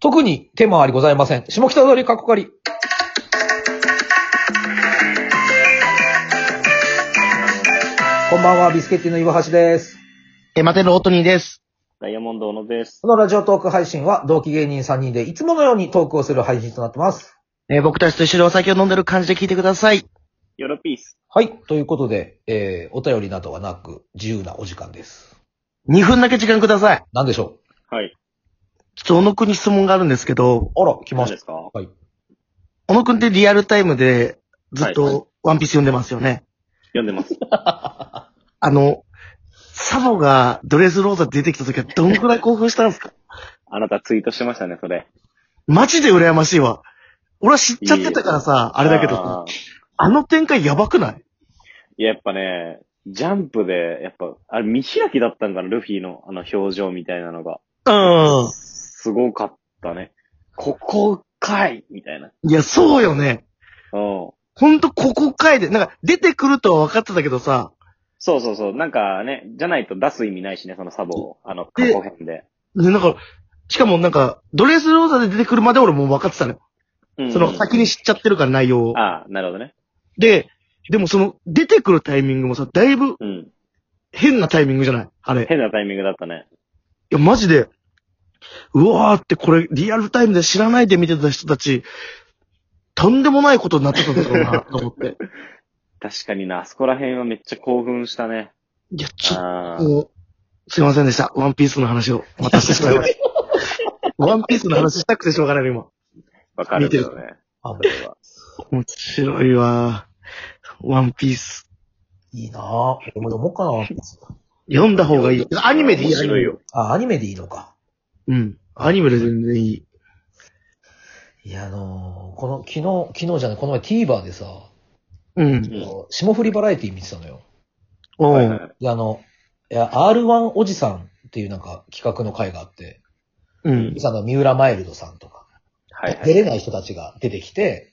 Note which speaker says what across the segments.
Speaker 1: 特に手回りございません。下北通りかっこかり。こんばんは、ビスケッティの岩橋です。
Speaker 2: え、待てるオトニーです。
Speaker 3: ダイヤモンド小野です。
Speaker 1: このラジオトーク配信は、同期芸人3人でいつものようにトークをする配信となってます。
Speaker 2: えー僕たちと一緒にお酒を飲んでる感じで聞いてください。
Speaker 3: ヨロピース。
Speaker 1: はい。ということで、えー、お便りなどはなく、自由なお時間です。
Speaker 2: 2分だけ時間ください。
Speaker 1: なんでしょ
Speaker 3: はい。
Speaker 2: ちょっと小野くんに質問があるんですけど、
Speaker 1: うあら、来ま
Speaker 3: 何
Speaker 1: し
Speaker 3: で
Speaker 1: た。
Speaker 3: すか
Speaker 2: 小野くんってリアルタイムでずっ
Speaker 3: はいは
Speaker 2: とワンピース読んでますよね。
Speaker 3: 読んでます。
Speaker 2: あの、サボがドレスローザ出てきた時はどんくらい興奮したんですか
Speaker 3: あなたツイートしてましたね、それ。
Speaker 2: マジで羨ましいわ。俺は知っちゃってたからさ、あれだけどさ、
Speaker 3: あー。
Speaker 2: あの展開やばくない
Speaker 3: いや、やっぱね、ジャンプで、やっぱ、あれ見開きだったんかな、ルフィのあの表情みたいなのが。
Speaker 2: う
Speaker 3: すごかったね。ここかいみたいな。
Speaker 2: ん。いや、そうよね。
Speaker 3: うん。
Speaker 2: ほんとここかいで、なんか出てくるとは分かってたけどさ、
Speaker 3: そうそうそう。なんかね、じゃないと出す意味ないしね、そのサボを。あの、過
Speaker 2: で
Speaker 3: 去編で。
Speaker 2: ね、なんか、しかもなんか、ドレスローザで出てくるまで俺もう分かってたのよ。
Speaker 3: うん
Speaker 2: その先に知っちゃってるから内容を。
Speaker 3: ああ、なるほどね。
Speaker 2: で、でもその出てくるタイミングもさ、だいぶ
Speaker 3: うん。
Speaker 2: 変なタイミングじゃないあれ。い
Speaker 3: 変なタイミングだったね。
Speaker 2: や、マジで、うわーってこれリアルタイムで知らないで見てた人たち、とんでもないことになってたんだろうな、と思 って。
Speaker 3: 確かにな、あそこら辺はめっちゃ興奮したね。
Speaker 2: いや、ちょっ
Speaker 3: ああ
Speaker 2: と、。もうすいませんでした。ワンピースの話をまたしてしまいま した。ワンピースの話したくてしょうがないの今。
Speaker 3: わかるけどね。
Speaker 1: あ
Speaker 3: それは
Speaker 2: 面白いわ。ワンピース。
Speaker 1: いいなぁ。俺も読もうかな
Speaker 2: 読んだ方がいい。アニメでいい、
Speaker 3: 面白いよ。
Speaker 1: あ、アニメでいいのか。
Speaker 2: うん。アニメで全然いい。
Speaker 1: いや、あのーこの、昨日、昨日じゃない、この前 TVer でさ、
Speaker 2: うん。
Speaker 3: うん
Speaker 1: 霜降りバラエティ見てたのよ。
Speaker 2: おう、
Speaker 3: はいはいはい
Speaker 1: で、あの、いや R1 おじさんっていうなんか企画の会があって、
Speaker 2: うん。
Speaker 1: さんの三浦マイルドさんとか、
Speaker 3: はいはい。
Speaker 1: 出れない人たちが出てきて、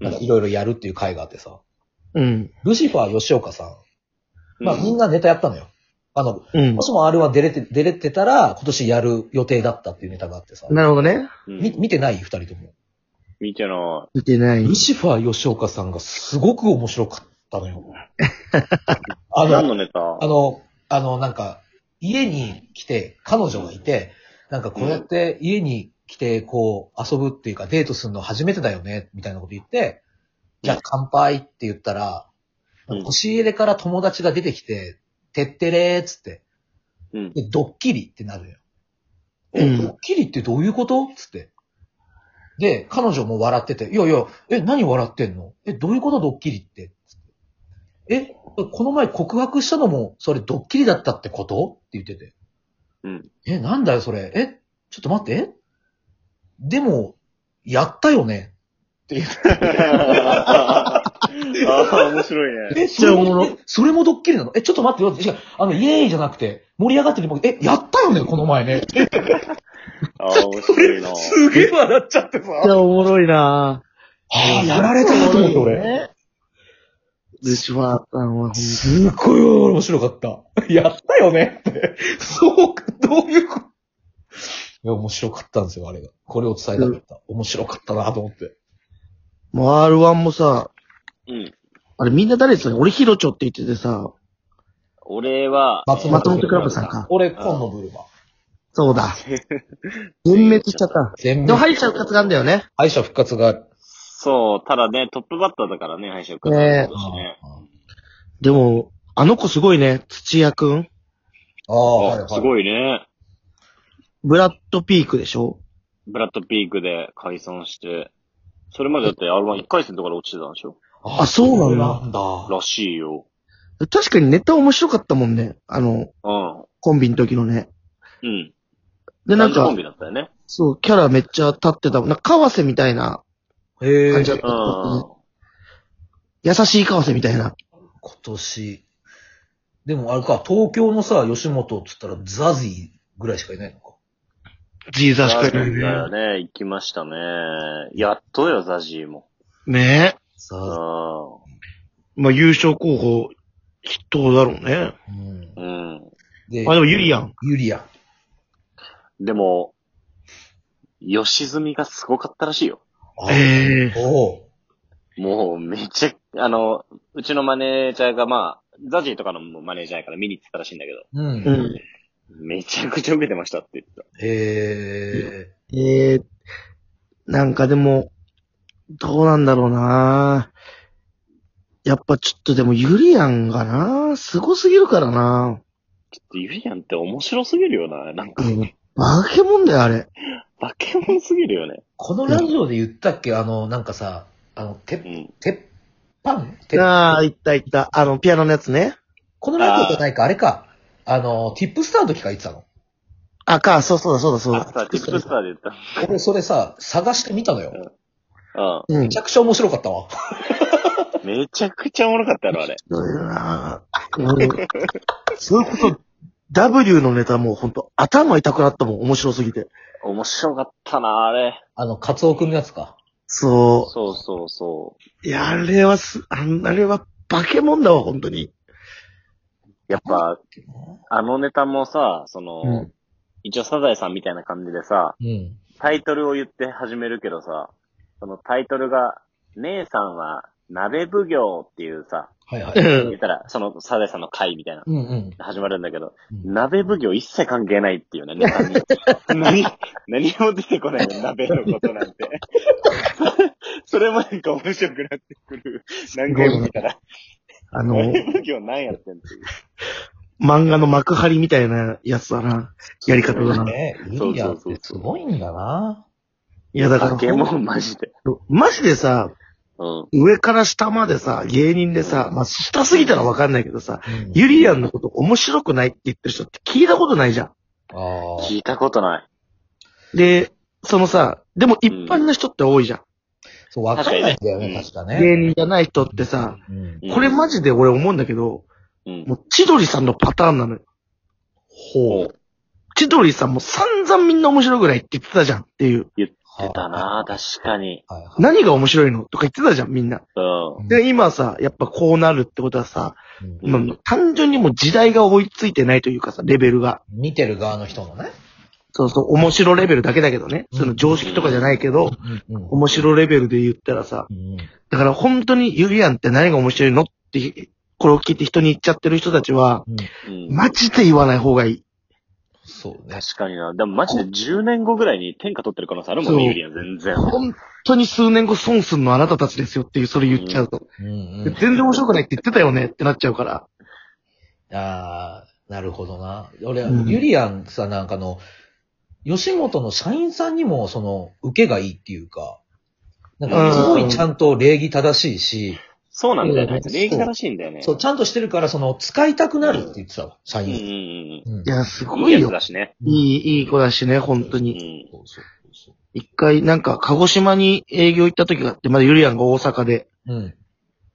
Speaker 1: なんかいろいろやるっていう会があってさ、
Speaker 2: うん。
Speaker 1: ルシファー吉岡さん、まあ
Speaker 3: うん
Speaker 1: みんなネタやったのよ。あの、
Speaker 2: うん
Speaker 1: も。しも R1 出れて、出れてたら、今年やる予定だったっていうネタがあってさ、
Speaker 2: なるほどね。
Speaker 3: うん
Speaker 1: み見てない二人とも。
Speaker 3: 見てな
Speaker 2: 見てない
Speaker 1: ル。シファー吉岡さんがすごく面白かったのよ。あ
Speaker 3: い。何の
Speaker 1: の、
Speaker 3: ネタ
Speaker 1: あの、あの、なんか、家に来て、彼女がいて、なんかこうやって家に来て、こう、遊ぶっていうか、デートするの初めてだよね、みたいなこと言って、じゃあ乾杯って言ったら、
Speaker 3: うん
Speaker 1: 腰入れから友達が出てきて、てってれーっつって、
Speaker 3: うん。
Speaker 1: で、ドッキリってなるよ。
Speaker 2: う
Speaker 1: ド
Speaker 2: ん。
Speaker 1: ッキリってどういうことつって。で、彼女も笑ってて、いやいや、え、何笑ってんのえ、どういうことドッキリってつってえ、この前告白したのも、それドッキリだったってことって言ってて。
Speaker 3: うん。
Speaker 1: え、なんだよ、それ。え、ちょっと待って。えでも、やったよね。
Speaker 3: ああ、面白いね。
Speaker 1: え、
Speaker 2: ちゃおもろ
Speaker 1: それもえそれもドッキリなのえ、ちょっと待ってよ。違う、あの、イエーイじゃなくて、盛り上がってる僕、え、やったよね、この前ね。
Speaker 3: ああ、面白いな。
Speaker 1: すげえ笑っちゃってさ。
Speaker 2: めっちゃおもろいな
Speaker 1: ああ、やられたなと思って、俺。
Speaker 2: ルシファーさんはほんと、
Speaker 1: すっごい面白かった。 やったよねって。そうか、どういうこといや、面白かったんですよ、あれが。これを伝えたかった。面白かったなと思って。
Speaker 2: もう R1 もさ、
Speaker 3: うん。
Speaker 2: あれみんな誰ですか俺ヒロチョって言っててさ、
Speaker 3: 俺は、
Speaker 1: 松
Speaker 2: 松本クラブさんか。
Speaker 1: 俺、今野ブルマ。
Speaker 2: そ うだ。全滅しちゃった。
Speaker 1: 全部
Speaker 2: でも、、敗者復活があんだよね。
Speaker 1: 敗者復活が、
Speaker 3: そう、ただね、トップバッターだからね、敗者復
Speaker 2: ねえ
Speaker 3: 活
Speaker 1: あ
Speaker 3: だしね。
Speaker 2: でも、あの子すごいね。土屋くん。
Speaker 1: あ、はいは
Speaker 3: あ
Speaker 1: い。
Speaker 3: す
Speaker 1: い。
Speaker 3: ごいね。
Speaker 2: ブラッドピークでしょ
Speaker 3: ブラッドピークで解散して。それまでだって R11 回戦とかで落ちてたんでしょ
Speaker 2: あそうなんだ
Speaker 1: なんだ。
Speaker 3: らしいよ。
Speaker 2: 確かにネタ面白かったもんね。あの、
Speaker 3: うん。
Speaker 2: コンビの時のね。
Speaker 3: うん。
Speaker 2: で、なん
Speaker 3: 男女コ
Speaker 2: か
Speaker 3: ン、ビだったよね。
Speaker 2: そう、キャラめっちゃ立ってたもん。なんか、河瀬みたいな
Speaker 1: へ
Speaker 2: 感じだ
Speaker 1: え
Speaker 2: っ。た。
Speaker 3: うん。
Speaker 2: 優しい河瀬みたいな。
Speaker 1: 今年。でも、あれか、東京のさ、吉本って言ったら、ザジーぐらいしかいないのか。
Speaker 2: ジーザ
Speaker 3: 確
Speaker 2: ーし
Speaker 3: か
Speaker 2: かい
Speaker 3: に。だ
Speaker 2: な
Speaker 3: よね、行きましたね。やっとよ、ザジーも。
Speaker 2: いねえ。
Speaker 3: う
Speaker 1: ザ
Speaker 2: まあ、優勝候補、筆頭だろうね。
Speaker 1: ジー。うん。
Speaker 3: ん。うん。
Speaker 1: で
Speaker 2: あ、、でもユリアン。
Speaker 1: ユリアン。
Speaker 3: でも、吉住がすごかったらしいよ。
Speaker 1: あ
Speaker 2: ええ
Speaker 1: おう
Speaker 3: もう、めっちゃ、あの、うちのマネージャーが、まあ、ザジーとかのマネージャーやから見に行ってたらしいんだけど、
Speaker 1: う。
Speaker 2: うんん。
Speaker 3: めちゃくちゃ受けてましたって言ってた。
Speaker 1: ええ
Speaker 2: ええなんかでも、どうなんだろうなやっぱちょっとでもユリアンがな凄すぎるからな
Speaker 3: ちょっとユリアンって面白すぎるよな。なんか、
Speaker 2: うん化け物だよ、あれ。
Speaker 3: 化け物すぎるよね。
Speaker 1: このラジオで言ったっけあの、なんかさ、あの、
Speaker 3: う
Speaker 1: て、
Speaker 3: ん。
Speaker 1: 鉄板鉄
Speaker 2: ああ、いったいった。あの、ピアノのやつね。
Speaker 1: このラジオじゃないか、あれか。あの、ティップスターの時から言ってたの。
Speaker 2: あか、そうそうだ、そうだ、そう
Speaker 3: あ、
Speaker 2: だ。
Speaker 3: さ、ティップスターで言った。
Speaker 1: 俺それさ、探してみたのよ。
Speaker 3: う
Speaker 2: うん
Speaker 1: めち。ゃくちゃ面白かったわ。
Speaker 3: ん。めちゃくちゃおもろかったやろ、あれ。
Speaker 2: そういうなうん。それこそ、W のネタもうほんと頭痛くなったもん、面白すぎて。
Speaker 3: 面白かったな、あれ。
Speaker 1: あの、カツオくんのやつか。
Speaker 2: そ
Speaker 3: そうそうそ
Speaker 2: う。
Speaker 3: う。
Speaker 2: いや、あれはす、あんあれは化け物だわ、本当に。
Speaker 3: やっぱ、あのネタもさ、その、
Speaker 2: うん
Speaker 3: 一応サザエさんみたいな感じでさ、
Speaker 1: うん。
Speaker 3: タイトルを言って始めるけどさ、そのタイトルが、姉さんは鍋奉行っていうさ、
Speaker 1: はいは
Speaker 2: う
Speaker 1: い。
Speaker 3: 言
Speaker 2: ん。
Speaker 3: ったら、そのサザエさんの会みたいな、
Speaker 1: うんうん。
Speaker 3: 始まるんだけど、
Speaker 1: うん
Speaker 3: 鍋奉行一切関係ないっていうね、ネタ に何、何も出てこないの、鍋のことなんて。 それもなんか面白くなってくる。何回も見たら、
Speaker 2: あの、
Speaker 3: 鍋奉行何やってんっていう。
Speaker 2: 漫画の幕張みたいなやつだな。やり方だな。い
Speaker 1: ねユリアンってすごいんだな。
Speaker 2: や、だ
Speaker 3: 化
Speaker 2: か
Speaker 3: け
Speaker 2: ら、
Speaker 3: 物マジで。
Speaker 2: マジでさ、
Speaker 3: うん。
Speaker 2: 上から下までさ、芸人でさ、まあ、下すぎたらわかんないけどさ、
Speaker 1: うん
Speaker 2: ユリアンのこと面白くないって言ってる人って聞いたことないじゃん。
Speaker 1: ああ。
Speaker 3: 聞いたことない。
Speaker 2: で、そのさ、でも一般の人って多いじゃん。
Speaker 1: そう、わかんないんだよね、確
Speaker 3: 確
Speaker 1: か
Speaker 2: 芸
Speaker 1: ね。
Speaker 2: 人じゃない人ってさ、
Speaker 1: うん。
Speaker 3: うん
Speaker 2: これマジで俺思うんだけど、
Speaker 3: うん。
Speaker 2: もう千鳥さんのパターンなのよ。
Speaker 1: ほう。
Speaker 2: 千鳥さんも散々みんな面白くないって言ってたじゃんっていう。
Speaker 3: 出たな確かに。
Speaker 1: はいはい。
Speaker 2: 何が面白いのとか言ってたじゃんみんな。
Speaker 3: うん。
Speaker 2: で、今さ、やっぱこうなるってことはさ、
Speaker 1: うん
Speaker 3: うん
Speaker 2: まあ単純にもう時代が追いついてないというかさ、レベルが。
Speaker 1: 見てる側の人のね。
Speaker 2: そうそう、面白レベルだけだけどね。
Speaker 1: うん
Speaker 2: その常識とかじゃないけど、
Speaker 1: うんうん
Speaker 2: 面白レベルで言ったらさ、
Speaker 1: うん
Speaker 2: だから本当にユリアンって何が面白いのって、これを聞いて人に言っちゃってる人たちは、
Speaker 3: うん
Speaker 2: マジで言わない方がいい。
Speaker 1: そうね。
Speaker 3: 確かにな。でもマジで10年後ぐらいに天下取ってる可能性あるもん
Speaker 2: そう
Speaker 3: ね、ユリアン全然。
Speaker 2: 本当に数年後損すんのあなたたちですよっていう、それ言っちゃうと。
Speaker 1: うんう
Speaker 2: で
Speaker 1: ん。
Speaker 2: 全然面白くないって言ってたよねってなっちゃうから。
Speaker 1: ああ、なるほどな。俺、
Speaker 2: うん
Speaker 1: ユリアンさ、なんかの、吉本の社員さんにも、その、受けがいいっていうか、なんか、すごいちゃんと礼儀正しいし、
Speaker 3: そうなんだよ
Speaker 1: うん
Speaker 3: ね。礼儀正しいんだよね。
Speaker 1: そう、ちゃんとしてるから、その、使いたくなるって言ってたわ、社
Speaker 3: うんうん
Speaker 1: 員。うん
Speaker 2: いや、す
Speaker 3: うん。
Speaker 2: ごい
Speaker 3: いいやつ
Speaker 2: よ。
Speaker 3: だしね。
Speaker 2: いい、いい子だしね、本当
Speaker 3: う
Speaker 2: に。
Speaker 3: ん。
Speaker 1: そうそうそう
Speaker 2: 一回、なんか、鹿児島に営業行った時があって、まだユリアンが大阪で。
Speaker 1: そう。うん。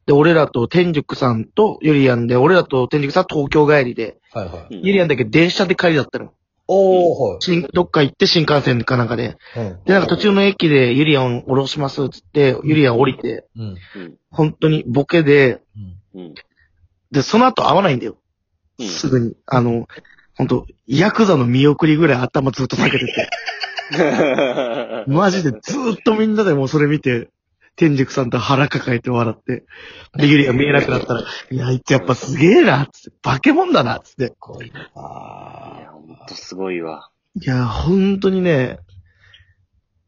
Speaker 2: で、俺らと天竺さんとユリアンで、俺らと天竺さんは東京帰りで、
Speaker 1: はいはい。
Speaker 3: うん
Speaker 2: ユリアンだけ電車で帰りだったの。
Speaker 1: おー、はい。
Speaker 2: 新どっか行って新幹線かなんかで。
Speaker 1: うん。
Speaker 2: で、なんか途中の駅でユリアン降ろしますっつって、ユリアン降りて、
Speaker 1: うん。
Speaker 3: うん。
Speaker 2: 本当にボケで、
Speaker 1: うん。
Speaker 3: うん。
Speaker 2: で、その後会わないんだよ。
Speaker 3: うん
Speaker 2: すぐに。あの、本当ヤクザの見送りぐらい頭ずっと下げて て。マジでずーっとみんなでもうそれ見て、天竺さんと腹抱えて笑って。で、ユリアン見えなくなった ら、いや、あいつやっぱすげえな、っつって。化け物だな、っつって。
Speaker 1: こいい
Speaker 3: い
Speaker 1: な
Speaker 3: や、ほんとすごいわ。
Speaker 2: いや、本当にね、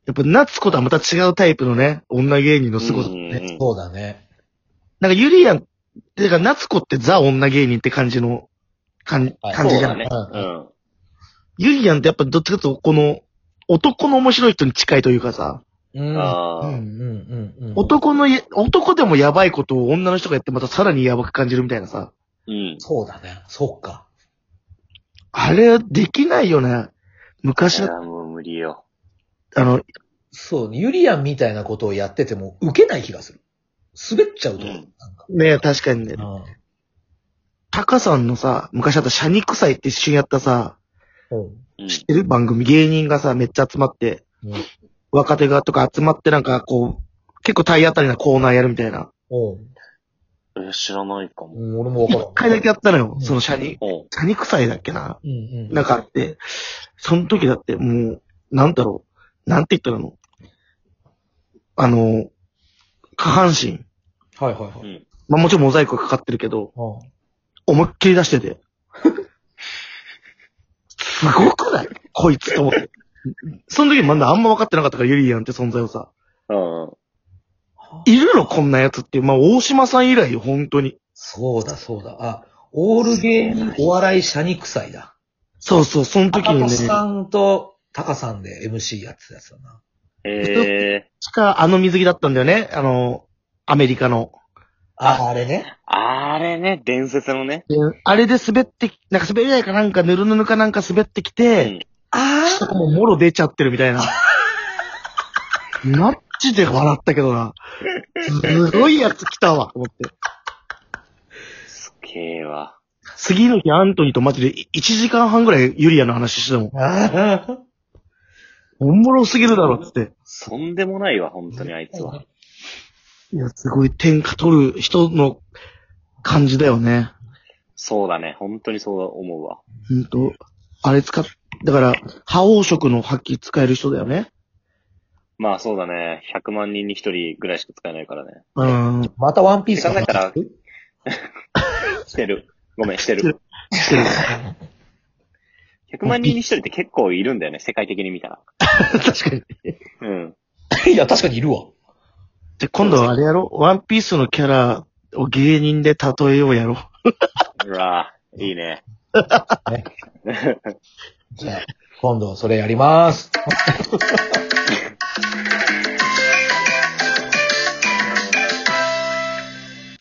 Speaker 2: やっぱ夏子とはまた違うタイプのね、女芸人の凄さ
Speaker 3: う
Speaker 2: ね。
Speaker 3: んうんうん
Speaker 1: そうだね。
Speaker 2: なんかユリアン、てか夏子ってザ女芸人って感じの、感
Speaker 1: はい
Speaker 2: 感じじゃ。
Speaker 3: そうんだね
Speaker 1: う
Speaker 3: うん。
Speaker 2: ユリアンってやっぱどっちかというとこの、男の面白い人に近いというかさ、
Speaker 1: うん。
Speaker 3: あ
Speaker 1: う
Speaker 3: あ。
Speaker 1: んうんうんうん。
Speaker 2: 男のや、男でもやばいことを女の人がやってまたさらにやばく感じるみたいなさ、
Speaker 3: うん。
Speaker 1: そうだね。そっか。
Speaker 2: あれできないよね。昔
Speaker 3: い
Speaker 2: だ、
Speaker 3: や、もう無理よ。
Speaker 2: あの、
Speaker 1: そう、ユリアンみたいなことをやってても受けない気がする。滑っちゃうと思う。
Speaker 3: うん
Speaker 1: なんか。
Speaker 2: ね確かにね、
Speaker 1: うん
Speaker 2: タカさんのさ、昔あったシャニクサイって一緒にやったさ、
Speaker 1: う
Speaker 3: うん。
Speaker 2: 知ってる番組芸人がさ、めっちゃ集まって、
Speaker 1: ん。
Speaker 2: 若手がとか集まってなんかこう、結構体当たりなコーナーやるみたいな。
Speaker 1: うん。
Speaker 3: え知らないかも。
Speaker 1: うん俺もわからん。
Speaker 2: 一回だけやったのよ
Speaker 1: う、ん
Speaker 2: そのシャニ、
Speaker 3: おう
Speaker 2: シャニクサイだっけな。
Speaker 1: うんうん。
Speaker 2: なんかあって、その時だってもう、なんだろう。なんて言ったらいいのあの、下半身。
Speaker 1: はいはいは
Speaker 3: う
Speaker 1: い。
Speaker 3: ん。
Speaker 2: まあもちろんモザイクがかかってるけど、
Speaker 1: あ
Speaker 2: 思いっきり出してて。すごくないこいつと思って。その時まだあんま分かってなかったから、ユリアンって存在をさ。
Speaker 3: うん。
Speaker 1: あ
Speaker 2: いるのこんなやつっていう。まあ、大島さん以来よ、本当に。
Speaker 1: そうだそうだ。あ、オール芸人お笑い社に臭いだ。
Speaker 2: そうそう、その時
Speaker 1: 高
Speaker 2: にね、
Speaker 1: 橋
Speaker 2: し
Speaker 1: さんとタカさんで MC やってたやつだな。
Speaker 3: ええ
Speaker 2: かあの水着だったんだよね。あの、アメリカの。
Speaker 1: あ、あれね。
Speaker 3: ー。あれね、伝説のね。
Speaker 2: であれで滑ってき、なんか滑り台かなんか、ぬるぬるかなんか滑ってきて、
Speaker 1: あ
Speaker 2: 下もうもろ出ちゃってるみたいな。マッチで笑ったけどな。すごいやつ来たわ、と思って。
Speaker 3: すげえわ。
Speaker 2: 次の日アントニーとマジで1時間半ぐらいユリアの話してたもん。
Speaker 1: あー
Speaker 2: おもろすぎるだろ、つって。
Speaker 3: とんでもないわ、本当にあいつは。
Speaker 2: いや、すごい天下取る人の感じだよね。
Speaker 3: そうだね、本当にそう思うわ。
Speaker 2: ほんと。あれ使っ、だから、覇王色の発揮使える人だよね。
Speaker 3: まあそうだね、100万人に1人ぐらいしか使えないからね。
Speaker 2: うん。
Speaker 1: またワンピースの話
Speaker 3: 考えた
Speaker 1: し
Speaker 3: ら
Speaker 1: てる
Speaker 3: してる。ごめん、して
Speaker 2: してる
Speaker 3: る。
Speaker 2: してる。
Speaker 3: 100万人に1人って結構いるんだよね、世界的に見たら。
Speaker 2: 確かに。
Speaker 3: うん。
Speaker 1: いや、確かにいるわ。
Speaker 2: で、今度はあれやろワンピースのキャラを芸人で例えようやろ。
Speaker 3: うわぁ、いいね。
Speaker 1: じゃあ、今度それやります。